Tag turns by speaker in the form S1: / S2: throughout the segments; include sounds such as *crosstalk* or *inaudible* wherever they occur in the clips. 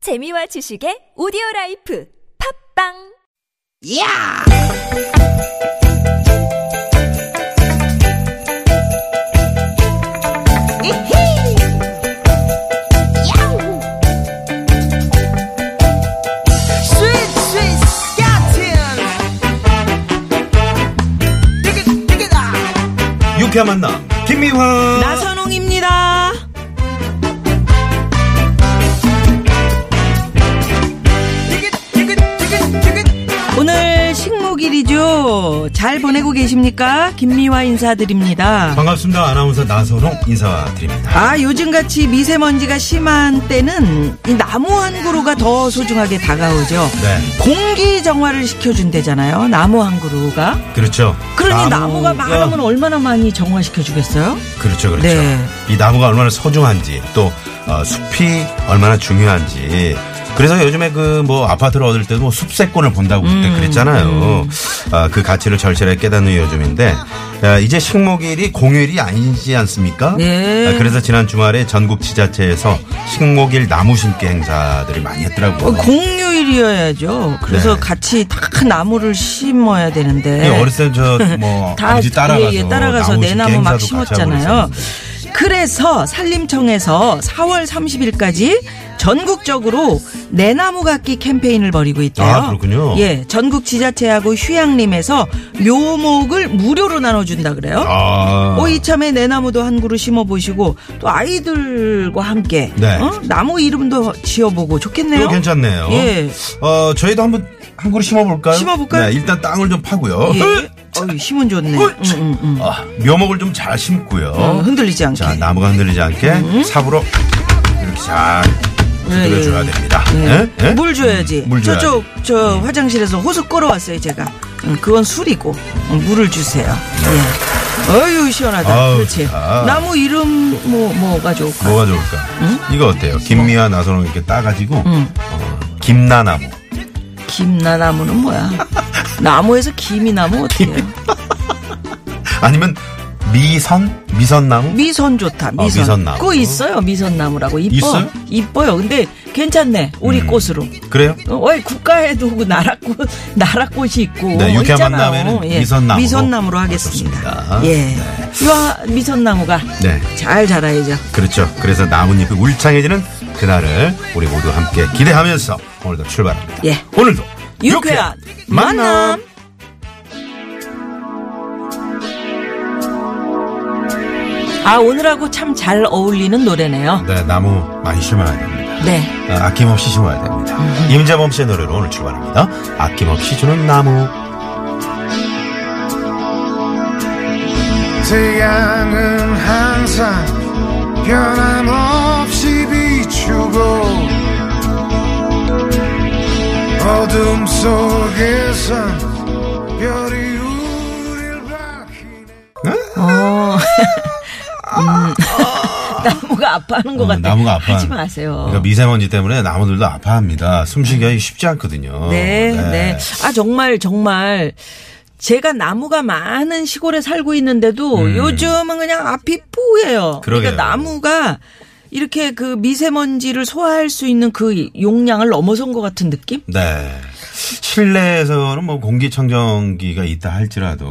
S1: 재미와 지식의 오디오 라이프 팝빵
S2: 야! 이히! 야우! 스윗, 스윗, 스카틴! 띠깃, 띠깃아!
S3: 유쾌한 만남 김미화
S4: 아,
S2: 나선홍입니다. 띠깃, 띠깃, 띠깃, 띠깃!
S4: 오늘 식목일이죠. 잘 보내고 계십니까? 김미화 인사드립니다.
S3: 반갑습니다 아나운서 나선홍 인사드립니다
S4: 아, 요즘같이 미세먼지가 심한 때는 이 나무 한 그루가 더 소중하게 다가오죠.
S3: 네
S4: 공기 정화를 시켜준대잖아요. 나무 한 그루가.
S3: 그렇죠
S4: 그러니 나무가 많으면 얼마나 많이 정화시켜주겠어요?
S3: 그렇죠 그렇죠
S4: 네.
S3: 이 나무가 얼마나 소중한지 또 어, 숲이 얼마나 중요한지 그래서 요즘에 그 뭐 아파트를 얻을 때도 뭐 숲세권을 본다고 그때
S4: 음.
S3: 그랬잖아요 아, 그 가치를 절실하게 깨닫는 요즘인데 아, 이제 식목일이 공휴일이 아니지 않습니까?
S4: 네.
S3: 아, 그래서 지난 주말에 전국 지자체에서 식목일 나무 심기 행사들을 많이 했더라고요.
S4: 어, 공휴일이어야죠. 그래서
S3: 네.
S4: 같이 다 나무를 네, 심어야 되는데.
S3: 예, 어렸을 때저뭐
S4: *laughs* 다
S3: 아버지 따라가서
S4: 예, 예, 따라가서 내 나무 막 심었잖아요. 그래서 산림청에서 4월 30일까지 전국적으로 내 나무 갖기 캠페인을 벌이고 있대요.
S3: 아, 그렇군요.
S4: 예, 전국 지자체하고 휴양림에서 묘목을 무료로 나눠준다 그래요.
S3: 아,
S4: 어, 이참에 내 나무도 한 그루 심어보시고 또 아이들과 함께
S3: 네.
S4: 어? 나무 이름도 지어보고 좋겠네요.
S3: 이거 괜찮네요.
S4: 예.
S3: 어, 저희도 한번 한 그루 심어볼까요?
S4: 심어볼까요?
S3: 네, 일단 땅을 좀 파고요.
S4: 예. 음, 어이, 힘은 좋네.
S3: 어,
S4: 응, 응, 응.
S3: 아, 묘목을 좀 잘 심고요.
S4: 어, 흔들리지 않게.
S3: 자, 나무가 흔들리지 않게
S4: 음.
S3: 삽으로 이렇게 잘
S4: 예,
S3: 두드려 줘야
S4: 예.
S3: 됩니다.
S4: 네.
S3: 예? 예?
S4: 물 줘야지.
S3: 물 줘야지.
S4: 저쪽 저 화장실에서 호수 끌어왔어요 제가. 음, 그건 술이고 음, 물을 주세요. 예. 어유 시원하다.
S3: 네. 아우,
S4: 그렇지.
S3: 자.
S4: 나무 이름 뭐 뭐가 좋을까?
S3: 뭐가 좋을까?
S4: 음?
S3: 이거 어때요? 김미아 나선홍 이렇게 따가지고 어, 김나나무.
S4: 김나나무는
S3: *laughs*
S4: 뭐야? 나무에서 김이 나무 어때요?
S3: 아니면 미선? 미선나무?
S4: 미선 좋다. 미선.
S3: 아, 미선나무.
S4: 그거 있어요. 미선나무라고 이뻐.
S3: 있어요? 음.
S4: 이뻐요. 근데 괜찮네. 우리 꽃으로.
S3: 그래요?
S4: 어, 왜 국가에도 오고 나라꽃 *laughs* 나라꽃이 있고
S3: 네, 유쾌한
S4: 있잖아요. 예,
S3: 만남에는 미선나무로.
S4: 미선나무로 하겠습니다.
S3: 좋습니다.
S4: 예, 이와 미선나무가
S3: 네.
S4: 잘 자라야죠.
S3: 그렇죠. 그래서 나뭇잎이 울창해지는 그날을 우리 모두 함께 기대하면서 오늘도 출발합니다.
S4: 예.
S3: 오늘도
S4: 유쾌한 만남. 아 오늘하고 참 잘 어울리는 노래네요.
S3: 네, 나무 많이 심어야 됩니다.
S4: 네,
S3: 아, 아낌없이 심어야 됩니다.
S4: 음.
S3: 임자범 씨의 노래로 오늘 출발합니다. 아낌없이 주는 나무.
S4: 어.
S5: 태양은 항상 변함없이 비추고 어둠 속에선 별이 우릴 밝히네
S4: 어. *laughs* 음. 나무가 아파하는 것
S3: 어,
S4: 같아.
S3: 나무가 아파.
S4: 하지 마세요.
S3: 그러니까 미세먼지 때문에 나무들도 아파합니다. 숨쉬기가 쉽지 않거든요.
S4: 네, 네, 아 정말 정말 제가 나무가 많은 시골에 살고 있는데도 요즘은 그냥 앞이 뿌예요. 러니
S3: 음. 그러게요.
S4: 까 나무가 이렇게 그 미세먼지를 소화할 수 있는 그 용량을 넘어선 것 같은 느낌?
S3: 네. 실내에서는 뭐 공기청정기가 있다 할지라도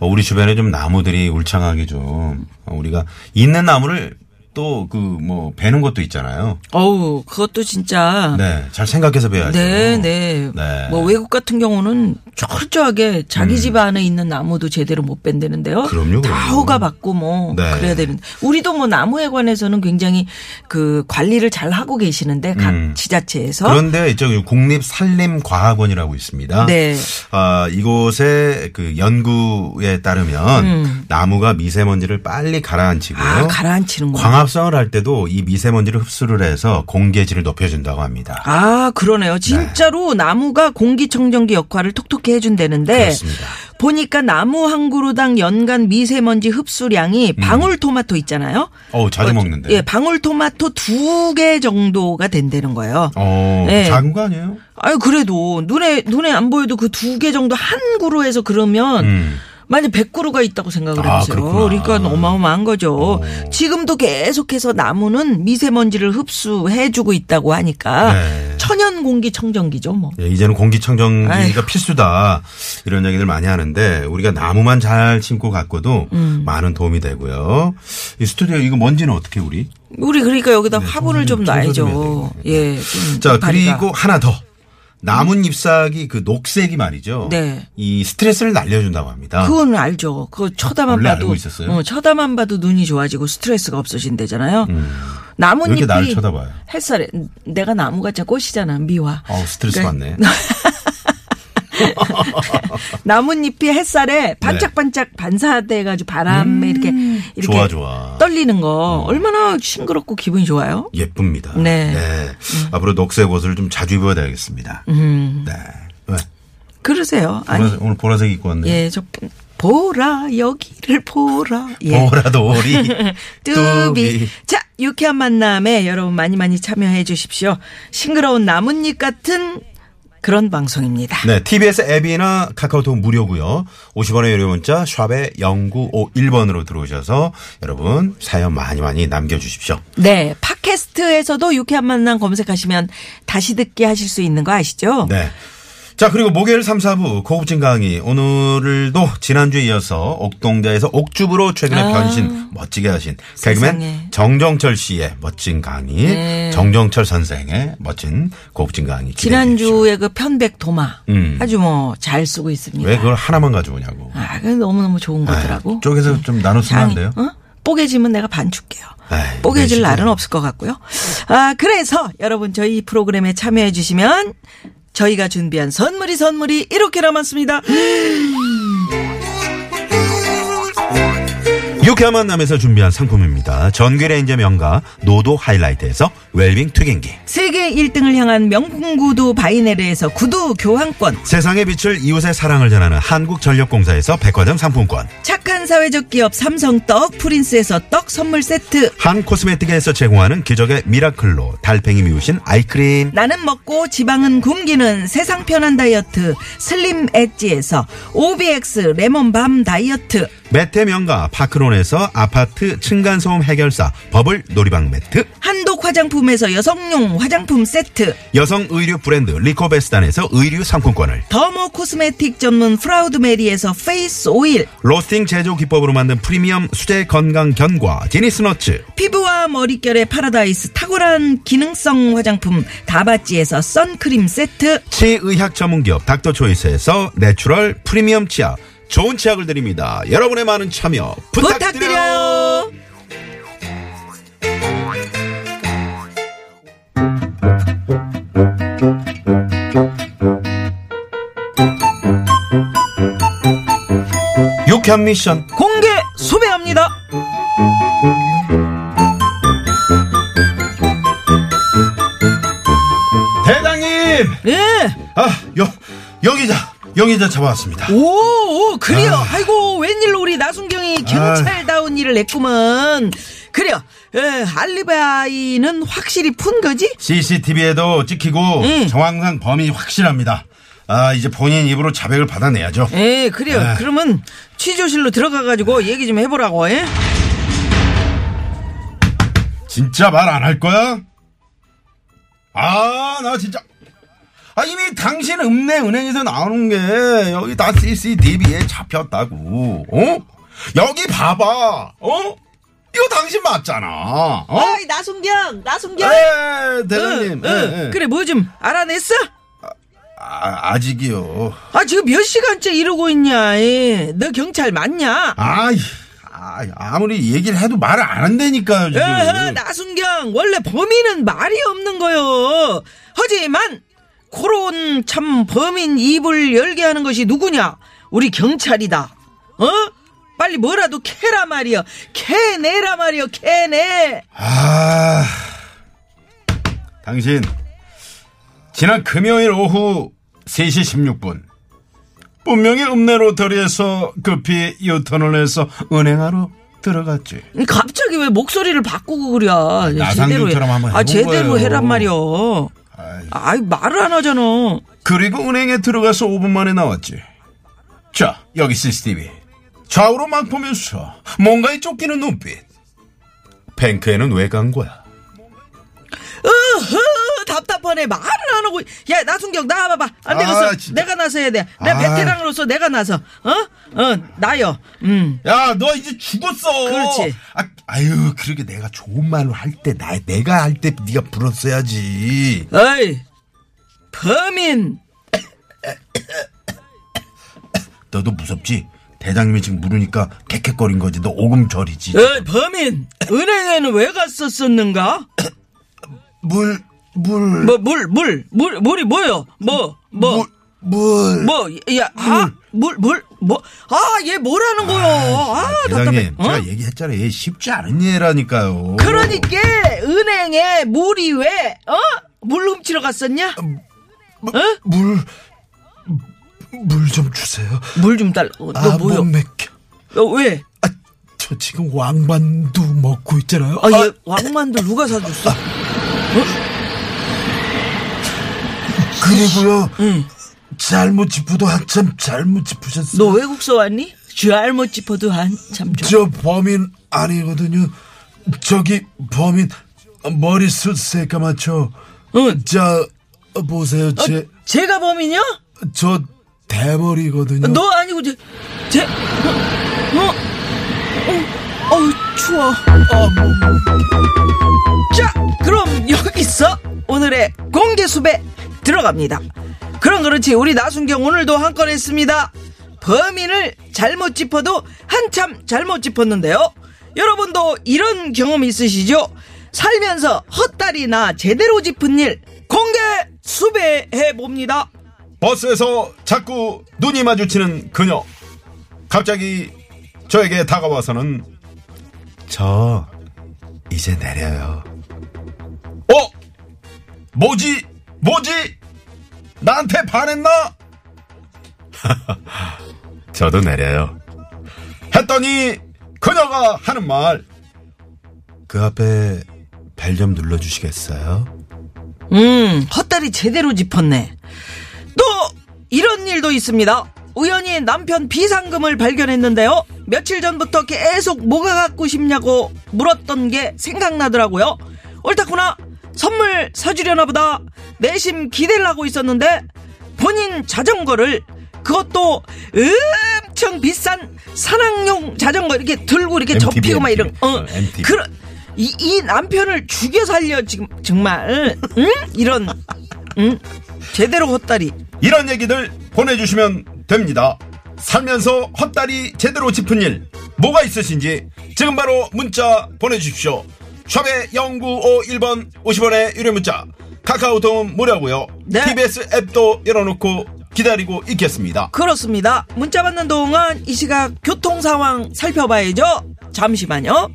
S3: 어, 우리 주변에 좀 나무들이 울창하게 좀 어, 우리가 있는 나무를 또 그 뭐 베는 것도 있잖아요.
S4: 어우, 그것도 진짜.
S3: 네. 잘 생각해서 베야죠.
S4: 아. 네, 네.
S3: 네. 음.
S4: 뭐 외국 같은 경우는 철저하게 자기 집 안에 있는 나무도 제대로 못 뺀다는데요.
S3: 그럼요,
S4: 다
S3: 그럼요.
S4: 허가 받고 뭐
S3: 네.
S4: 그래야 되는데 우리도 뭐 나무에 관해서는 굉장히 그 관리를 잘 하고 계시는데 각
S3: 음.
S4: 지자체에서
S3: 그런데 이쪽 국립산림과학원이라고 있습니다.
S4: 네.
S3: 아, 이곳의 그 연구에 따르면 나무가 미세먼지를 빨리 가라앉히고요.
S4: 아, 가라앉히는구나.
S3: 광합성을 할 때도 이 미세먼지를 흡수를 해서 공기질을 높여준다고 합니다.
S4: 아, 그러네요. 진짜로 나무가 공기청정기 역할을 톡톡히 해준다는데
S3: 그렇습니다.
S4: 보니까 나무 한 그루당 연간 미세먼지
S3: 음.
S4: 흡수량이 방울토마토 있잖아요.
S3: 어우, 자주
S4: 어,
S3: 먹는데.
S4: 예, 방울토마토 두 개 정도가 된다는 거예요.
S3: 어,
S4: 예.
S3: 작은 거 아니에요?
S4: 아유, 그래도 눈에, 눈에 안 보여도 그 두 개 정도 한 그루에서 그러면
S3: 음.
S4: 만약 100그루가 있다고 생각을
S3: 아,
S4: 해보세요.
S3: 그렇구나.
S4: 그러니까 어마어마한 거죠.
S3: 오.
S4: 지금도 계속해서 나무는 미세먼지를 흡수해주고 있다고 하니까
S3: 네.
S4: 천연 공기 청정기죠, 뭐.
S3: 예, 이제는 공기청정기가
S4: 아이고.
S3: 필수다 이런 얘기들 많이 하는데 우리가 나무만 잘 심고 가꿔도
S4: 음.
S3: 많은 도움이 되고요. 이 스튜디오 이거 먼지는 어떻게 우리?
S4: 우리 그러니까 여기다 화분을 좀
S3: 네, 청소 좀
S4: 놔야죠.
S3: 해야
S4: 예. 좀
S3: 네. 자
S4: 이파리가.
S3: 그리고 하나 더 나뭇 잎사귀 그 녹색이 말이죠.
S4: 네.
S3: 이 스트레스를 날려준다고 합니다.
S4: 그건 알죠. 그거 쳐다만
S3: 아. 원래
S4: 봐도
S3: 알고 있었어요?
S4: 어, 쳐다만 봐도 눈이 좋아지고 스트레스가 없어진대잖아요.
S3: 음. 왜
S4: 나뭇잎이
S3: 이렇게 나를 쳐다봐요?
S4: 햇살에 내가 나무 같자 꽃이잖아 미화.
S3: 어우, 스트레스
S4: 그러니까
S3: 받네.
S4: 나뭇잎이
S3: 네.
S4: 햇살에 반짝반짝 반사돼가지고 바람에 이렇게 이렇게
S3: 음. 좋아, 좋아. 음.
S4: 떨리는 거 얼마나 싱그럽고 기분이 좋아요.
S3: 예쁩니다.
S4: 네.
S3: 앞으로 녹색 옷을 좀 자주 입어야 되겠습니다. 네. 왜?
S4: 그러세요. 음. 아니
S3: 보라색, 오늘 보라색 입고 왔네.
S4: 예 저 보라 여기를 보라. 예.
S3: 보라돌이.
S4: *laughs* 뚜비. 자, 유쾌한 만남에 여러분 많이 많이 참여해 주십시오. 싱그러운 나뭇잎 같은 그런 방송입니다.
S3: 네, TBS 앱이나 카카오톡 무료고요. 50원의 유료 문자 샵에 0951번으로 들어오셔서 여러분 사연 많이 많이 남겨 주십시오.
S4: 네, 팟캐스트에서도 유쾌한 만남 검색하시면 다시 듣기 하실 수 있는 거 아시죠?
S3: 네. 자, 그리고 목요일 3, 4부 고급진 강의 오늘도 지난주에 이어서 옥동자에서 옥주부로 최근에 변신 멋지게 하신
S4: 아. 세상에. 네.
S3: 개그맨 정정철 씨의 멋진 강의, 정정철 선생의 멋진 고급진 강의 기대해 주십시오.
S4: 지난주에 그 편백 도마
S3: 음.
S4: 아주 뭐 잘 쓰고 있습니다.
S3: 왜 그걸 하나만 가져오냐고.
S4: 아, 그 너무너무 좋은 거더라고.
S3: 아이, 쪼개서 좀 나눠 쓰면 안
S4: 장이,
S3: 돼요?
S4: 어? 뽀개지면 내가 반 줄게요.
S3: 아이,
S4: 뽀개질
S3: 네,
S4: 날은
S3: 시끄러워.
S4: 없을 것 같고요. 아, 그래서 여러분 저희 프로그램에 참여해 주시면 저희가 준비한 선물이 선물이 이렇게나 많습니다.
S3: 유쾌한 만남에서 준비한 상품입니다. 전기레인저 명가 노도 하이라이트에서 웰빙 튀김기.
S4: 세계 1등을 향한 명품 구두 바이네르에서 구두 교환권,
S3: 세상의 빛을 이웃의 사랑을 전하는 한국전력공사에서 백화점 상품권.
S4: 착한 사회적 기업 삼성 떡 프린스에서 떡 선물 세트,
S3: 한 코스메틱에서 제공하는 기적의 미라클로 달팽이 미우신 아이크림.
S4: 나는 먹고 지방은 굶기는 세상 편한 다이어트 슬림 엣지에서 OBX 레몬밤 다이어트
S3: 매트 명가 파크론에서 아파트 층간소음 해결사 버블 놀이방 매트.
S4: 한독 화장품에서 여성용 화장품 세트
S3: 여성 의류 브랜드 리코베스단에서 의류 상품권을.
S4: 더모 코스메틱 전문 프라우드메리에서 페이스 오일
S3: 로스팅 제조 기법으로 만든 프리미엄 수제 건강 견과 디니스너츠.
S4: 피부와 머릿결의 파라다이스 탁월한 기능성 화장품 다바찌에서 선크림 세트
S3: 치의학 전문기업 닥터초이스에서 내추럴 프리미엄 치약 좋은 치약을 드립니다. 여러분의 많은 참여 부탁드려요.
S4: 부탁드려요
S3: 유쾌한 미션
S4: 공개 수배합니다
S3: 대장님
S4: 예오
S3: 아여 여기자 여기자 잡아왔습니다.
S4: 그래요
S3: 아.
S4: 아. 이고 웬일로 우리 나순경이 경찰다운 일을 했구먼 그래요 예, 알리바이는 확실히 푼 거지
S3: CCTV에도 찍히고 정황상 범인이 확실합니다. 아 이제 본인 입으로 자백을 받아내야죠.
S4: 예, 그래요.
S3: 아.
S4: 그러면 취조실로 들어가가지고 얘기 좀 해보라고, 예?
S3: 진짜 말 안 할 거야? 아 나 진짜 아 이미 당신 읍내 은행에서 나오는 게 여기 다 CCTV에 잡혔다고 어? 여기 봐봐 어? 이거 당신 맞잖아 어?
S4: 어이, 나순경! 나순경!
S3: 에
S4: 응,
S3: 대장님 예, 에,
S4: 응.
S3: 에.
S4: 그래, 뭐 좀 알아냈어?
S3: 아, 아직이요
S4: 아, 지금 몇 시간째 이러고 있냐, 예. 너 경찰 맞냐?
S3: 아이, 아 아무리 얘기를 해도 말을 안 한다니까요 지금
S4: 어허, 나순경! 원래 범인은 말이 없는 거요. 하지만, 그런 참 범인 입을 열게 하는 것이 누구냐? 우리 경찰이다. 어? 빨리 뭐라도 캐라 말이여. 캐내라 말이여, 캐내!
S3: 아, 당신 지난 금요일 오후 3시 16분 분명히 읍내 로터리에서 급히 유턴을 해서 은행하러 들어갔지.
S4: 갑자기 왜 목소리를 바꾸고 그래? 제대로 해.
S3: 나상균처럼 한번
S4: 아
S3: 해본
S4: 제대로
S3: 거예요.
S4: 해란 말이요.
S3: 아이,
S4: 아이 말을 안 하잖아.
S3: 그리고 은행에 들어가서 5분 만에 나왔지. 자, 여기 CCTV. 좌우로 막 보면서 뭔가에 쫓기는 눈빛. 뱅크에는 왜 간 거야?
S4: 으흐 답답하네 말을 안 하고 야 나순경 나와 봐봐 안 되겠어
S3: 아, 진짜.
S4: 내가 나서야 돼내
S3: 아.
S4: 베테랑으로서 내가 나서 어? 어 나요 음
S3: 야, 너 이제 죽었어.
S4: 그렇지.
S3: 아, 유 그러게 내가 좋은 말로 할 때, 나, 내가 할 때 네가 불었어야지.
S4: 어이 범인
S3: 너도 무섭지? 대장님이 지금 물으니까 캐캐거린 거지. 너 오금절이지.
S4: 어이 범인 은행에는 왜 갔었었는가
S3: 물, 물,
S4: 뭐 물 물 물 물이 뭐요 뭐뭐
S3: 물.
S4: 뭐, 야, 아, 물, 물, 뭐, 아, 얘 뭐라는 거요? 아, 답답해.
S3: 대장님, 제가 얘기했잖아요. 얘 쉽지 않은 얘라니까요.
S4: 어? 그러니까, 은행에 물이 왜, 어? 물 훔치러 갔었냐?
S3: 아, 뭐,
S4: 어?
S3: 물, 물 좀 주세요.
S4: 물 좀 달라. 어, 너
S3: 아,
S4: 뭐요?
S3: 못 맥혀.
S4: 어, 왜?
S3: 아, 저 지금 왕만두 먹고 있잖아요.
S4: 아, 얘 왕만두 누가 사줬어?
S3: 아, 그리고요. 잘못 짚어도 한참 잘못 짚으셨어요.
S4: 너 외국서 왔니? 잘못 짚어도 한참 좋아.
S3: 저 범인 아니거든요. 저기 범인 머리숱 새까맣죠.
S4: 응.
S3: 자 보세요. 제 저
S4: 제가 범인이요?
S3: 대머리거든요.
S4: 너 아니고, 제, 제, 어, 어, 어, 어우, 추워. 자, 그럼 여기서 오늘의 공개수배 들어갑니다. 그럼 그렇지, 우리 나순경 오늘도 한 건 했습니다. 범인을 잘못 짚어도 한참 잘못 짚었는데요. 여러분도 이런 경험 있으시죠? 살면서 헛다리나 제대로 짚은 일 공개 수배해 봅니다.
S3: 버스에서 자꾸 눈이 마주치는 그녀. 갑자기 저에게 다가와서는 저 이제 내려요. 어? 뭐지? 뭐지? 나한테 반했나? *laughs* 저도 내려요. 했더니 그녀가 하는 말. 그 앞에 벨 좀 눌러주시겠어요?
S4: 음, 헛다리 제대로 짚었네. 또 이런 일도 있습니다. 우연히 남편 비상금을 발견했는데요. 며칠 전부터 계속 뭐가 갖고 싶냐고 물었던 게 생각나더라고요. 옳다구나. 선물 사주려나 보다. 내심 기대를 하고 있었는데 본인 자전거를 그것도 엄청 비싼 산악용 자전거 이렇게 들고 이렇게
S3: MTB,
S4: 접히고 막 이런 어,
S3: 어, MTB.
S4: 그런 이, 이 남편을 죽여 살려 지금 정말 응? 이런 응? 제대로 헛다리
S3: 이런 얘기들 보내주시면 됩니다. 살면서 헛다리 제대로 짚은 일 뭐가 있으신지 지금 바로 문자 보내주십시오. 샵의 0951번 50원의 유료 문자 카카오톡은 무료고요.
S4: 네.
S3: TBS 앱도 열어놓고 기다리고 있겠습니다.
S4: 그렇습니다 문자 받는 동안 이 시각 교통 상황 살펴봐야죠 잠시만요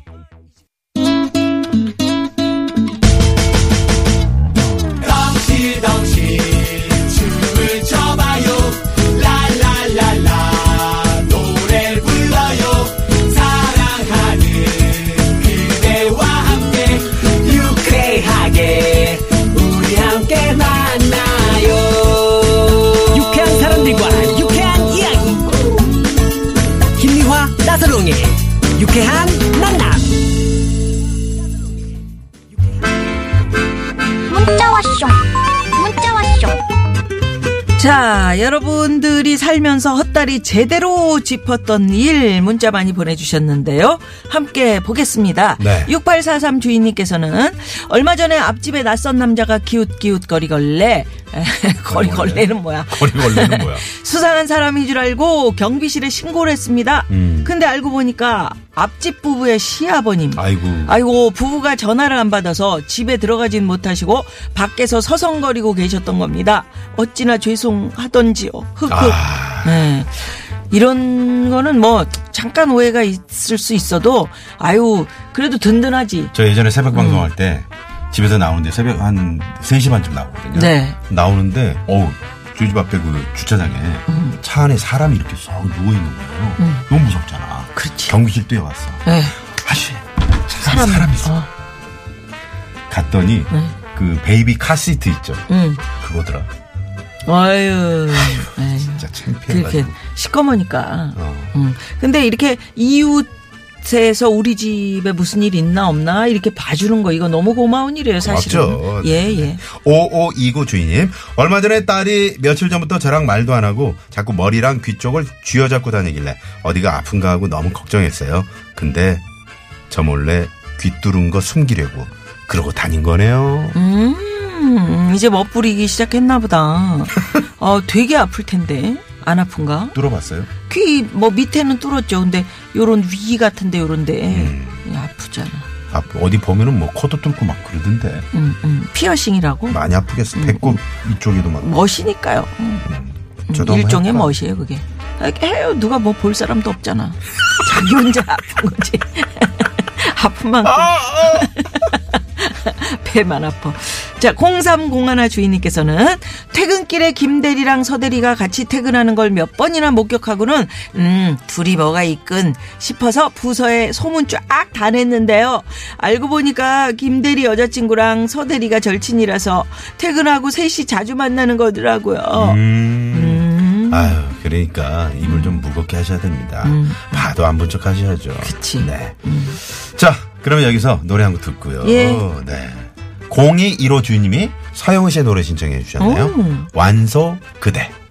S6: 유쾌하게 우리 함께 만나요 유쾌한 사람들과 유쾌한 이야기 김미화 나서롱의 유쾌한 만남
S7: 문자 왔쇼 문자 왔쇼
S4: 자 여러분들이 살면서 헛다리 제대로 짚었던 일 문자 많이 보내주셨는데요 함께 보겠습니다
S3: 네.
S4: 6843 주인님께서는 얼마 전에 앞집에 낯선 남자가 기웃기웃 거리걸레 *laughs* 거리걸레는 뭐야
S3: 거리걸레는 뭐야?
S4: 수상한 사람인 줄 알고 경비실에 신고를 했습니다. 근데 알고 보니까 앞집 부부의 시아버님.
S3: 아이고.
S4: 아이고, 부부가 전화를 안 받아서 집에 들어가진 못하시고 밖에서 서성거리고 계셨던 겁니다. 어찌나 죄송하던지요. 흑흑.
S3: 그 아.
S4: 네. 이런 거는 뭐 잠깐 오해가 있을 수 있어도 아유, 그래도 든든하지.
S3: 저 예전에
S4: 음.
S3: 새벽 방송할 때 집에서 나오는데 새벽 한 3시 반쯤 나오거든요.
S4: 네.
S3: 나오는데 어우 저희 집 앞에 그 주차장에
S4: 음.
S3: 차 안에 사람이 이렇게 썩 누워있는 거예요. 너무 무섭잖아.
S4: 그렇지.
S3: 경비실 뛰어왔어.
S4: 네.
S3: 아씨 사람, 사람 있어.
S4: 네.
S3: 갔더니 그 베이비 카시트 있죠.
S4: 응.
S3: 그거더라.
S4: 아유, 아유,
S3: 진짜
S4: 그렇게
S3: 창피해가지고.
S4: 시꺼머니까.
S3: 어.
S4: 음. 근데 이렇게 이웃에서 우리 집에 무슨 일 있나 없나 이렇게 봐주는 거 이거 너무 고마운 일이에요 사실은.
S3: 고맙죠. 네.
S4: 예 예.
S3: 5529 주인님. 얼마 전에 딸이 며칠 전부터 저랑 말도 안 하고 자꾸 머리랑 귀 쪽을 쥐어잡고 다니길래 어디가 아픈가 하고 너무 걱정했어요. 근데 저 몰래 귀 뚫은 거 숨기려고 그러고 다닌 거네요.
S4: 음 이제 멋부리기 시작했나 보다. 어 되게 아플 텐데 안 아픈가?
S3: 뚫어봤어요?
S4: 귀 뭐 밑에는 뚫었죠. 근데 요런 위 같은데 요런데 아프잖아.
S3: 아, 어디 보면은 뭐 코도 뚫고 막 그러던데.
S4: 음, 음. 피어싱이라고
S3: 많이 아프겠어.
S4: 음.
S3: 배꼽 이쪽에도 막.
S4: 멋이니까요. 음,
S3: 저도 한번
S4: 일종의
S3: 해볼까?
S4: 멋이에요 그게. 이렇게 해요 누가 뭐 볼 사람도 없잖아. 자기 혼자 *laughs* 아픈 거지. 아픈 만큼 *laughs* 배만 아파. 자, 0301 주인님께서는 퇴근길에 김대리랑 서대리가 같이 퇴근하는 걸 몇 번이나 목격하고는 음, 둘이 뭐가 있군 싶어서 부서에 소문 쫙 다 냈는데요. 알고 보니까 김대리 여자친구랑 서대리가 절친이라서 퇴근하고 셋이 자주 만나는 거더라고요.
S3: 음. 아유, 그러니까 입을 좀 무겁게 하셔야 됩니다. 봐도 안 본 척 하셔야죠.
S4: 음. 그치. 음.
S3: 네. 자, 그러면 여기서 노래 한 곡 듣고요.
S4: 예.
S3: 네. 0215 주인님이 서영은 씨의 노래 신청해 주셨네요. 완소 그대.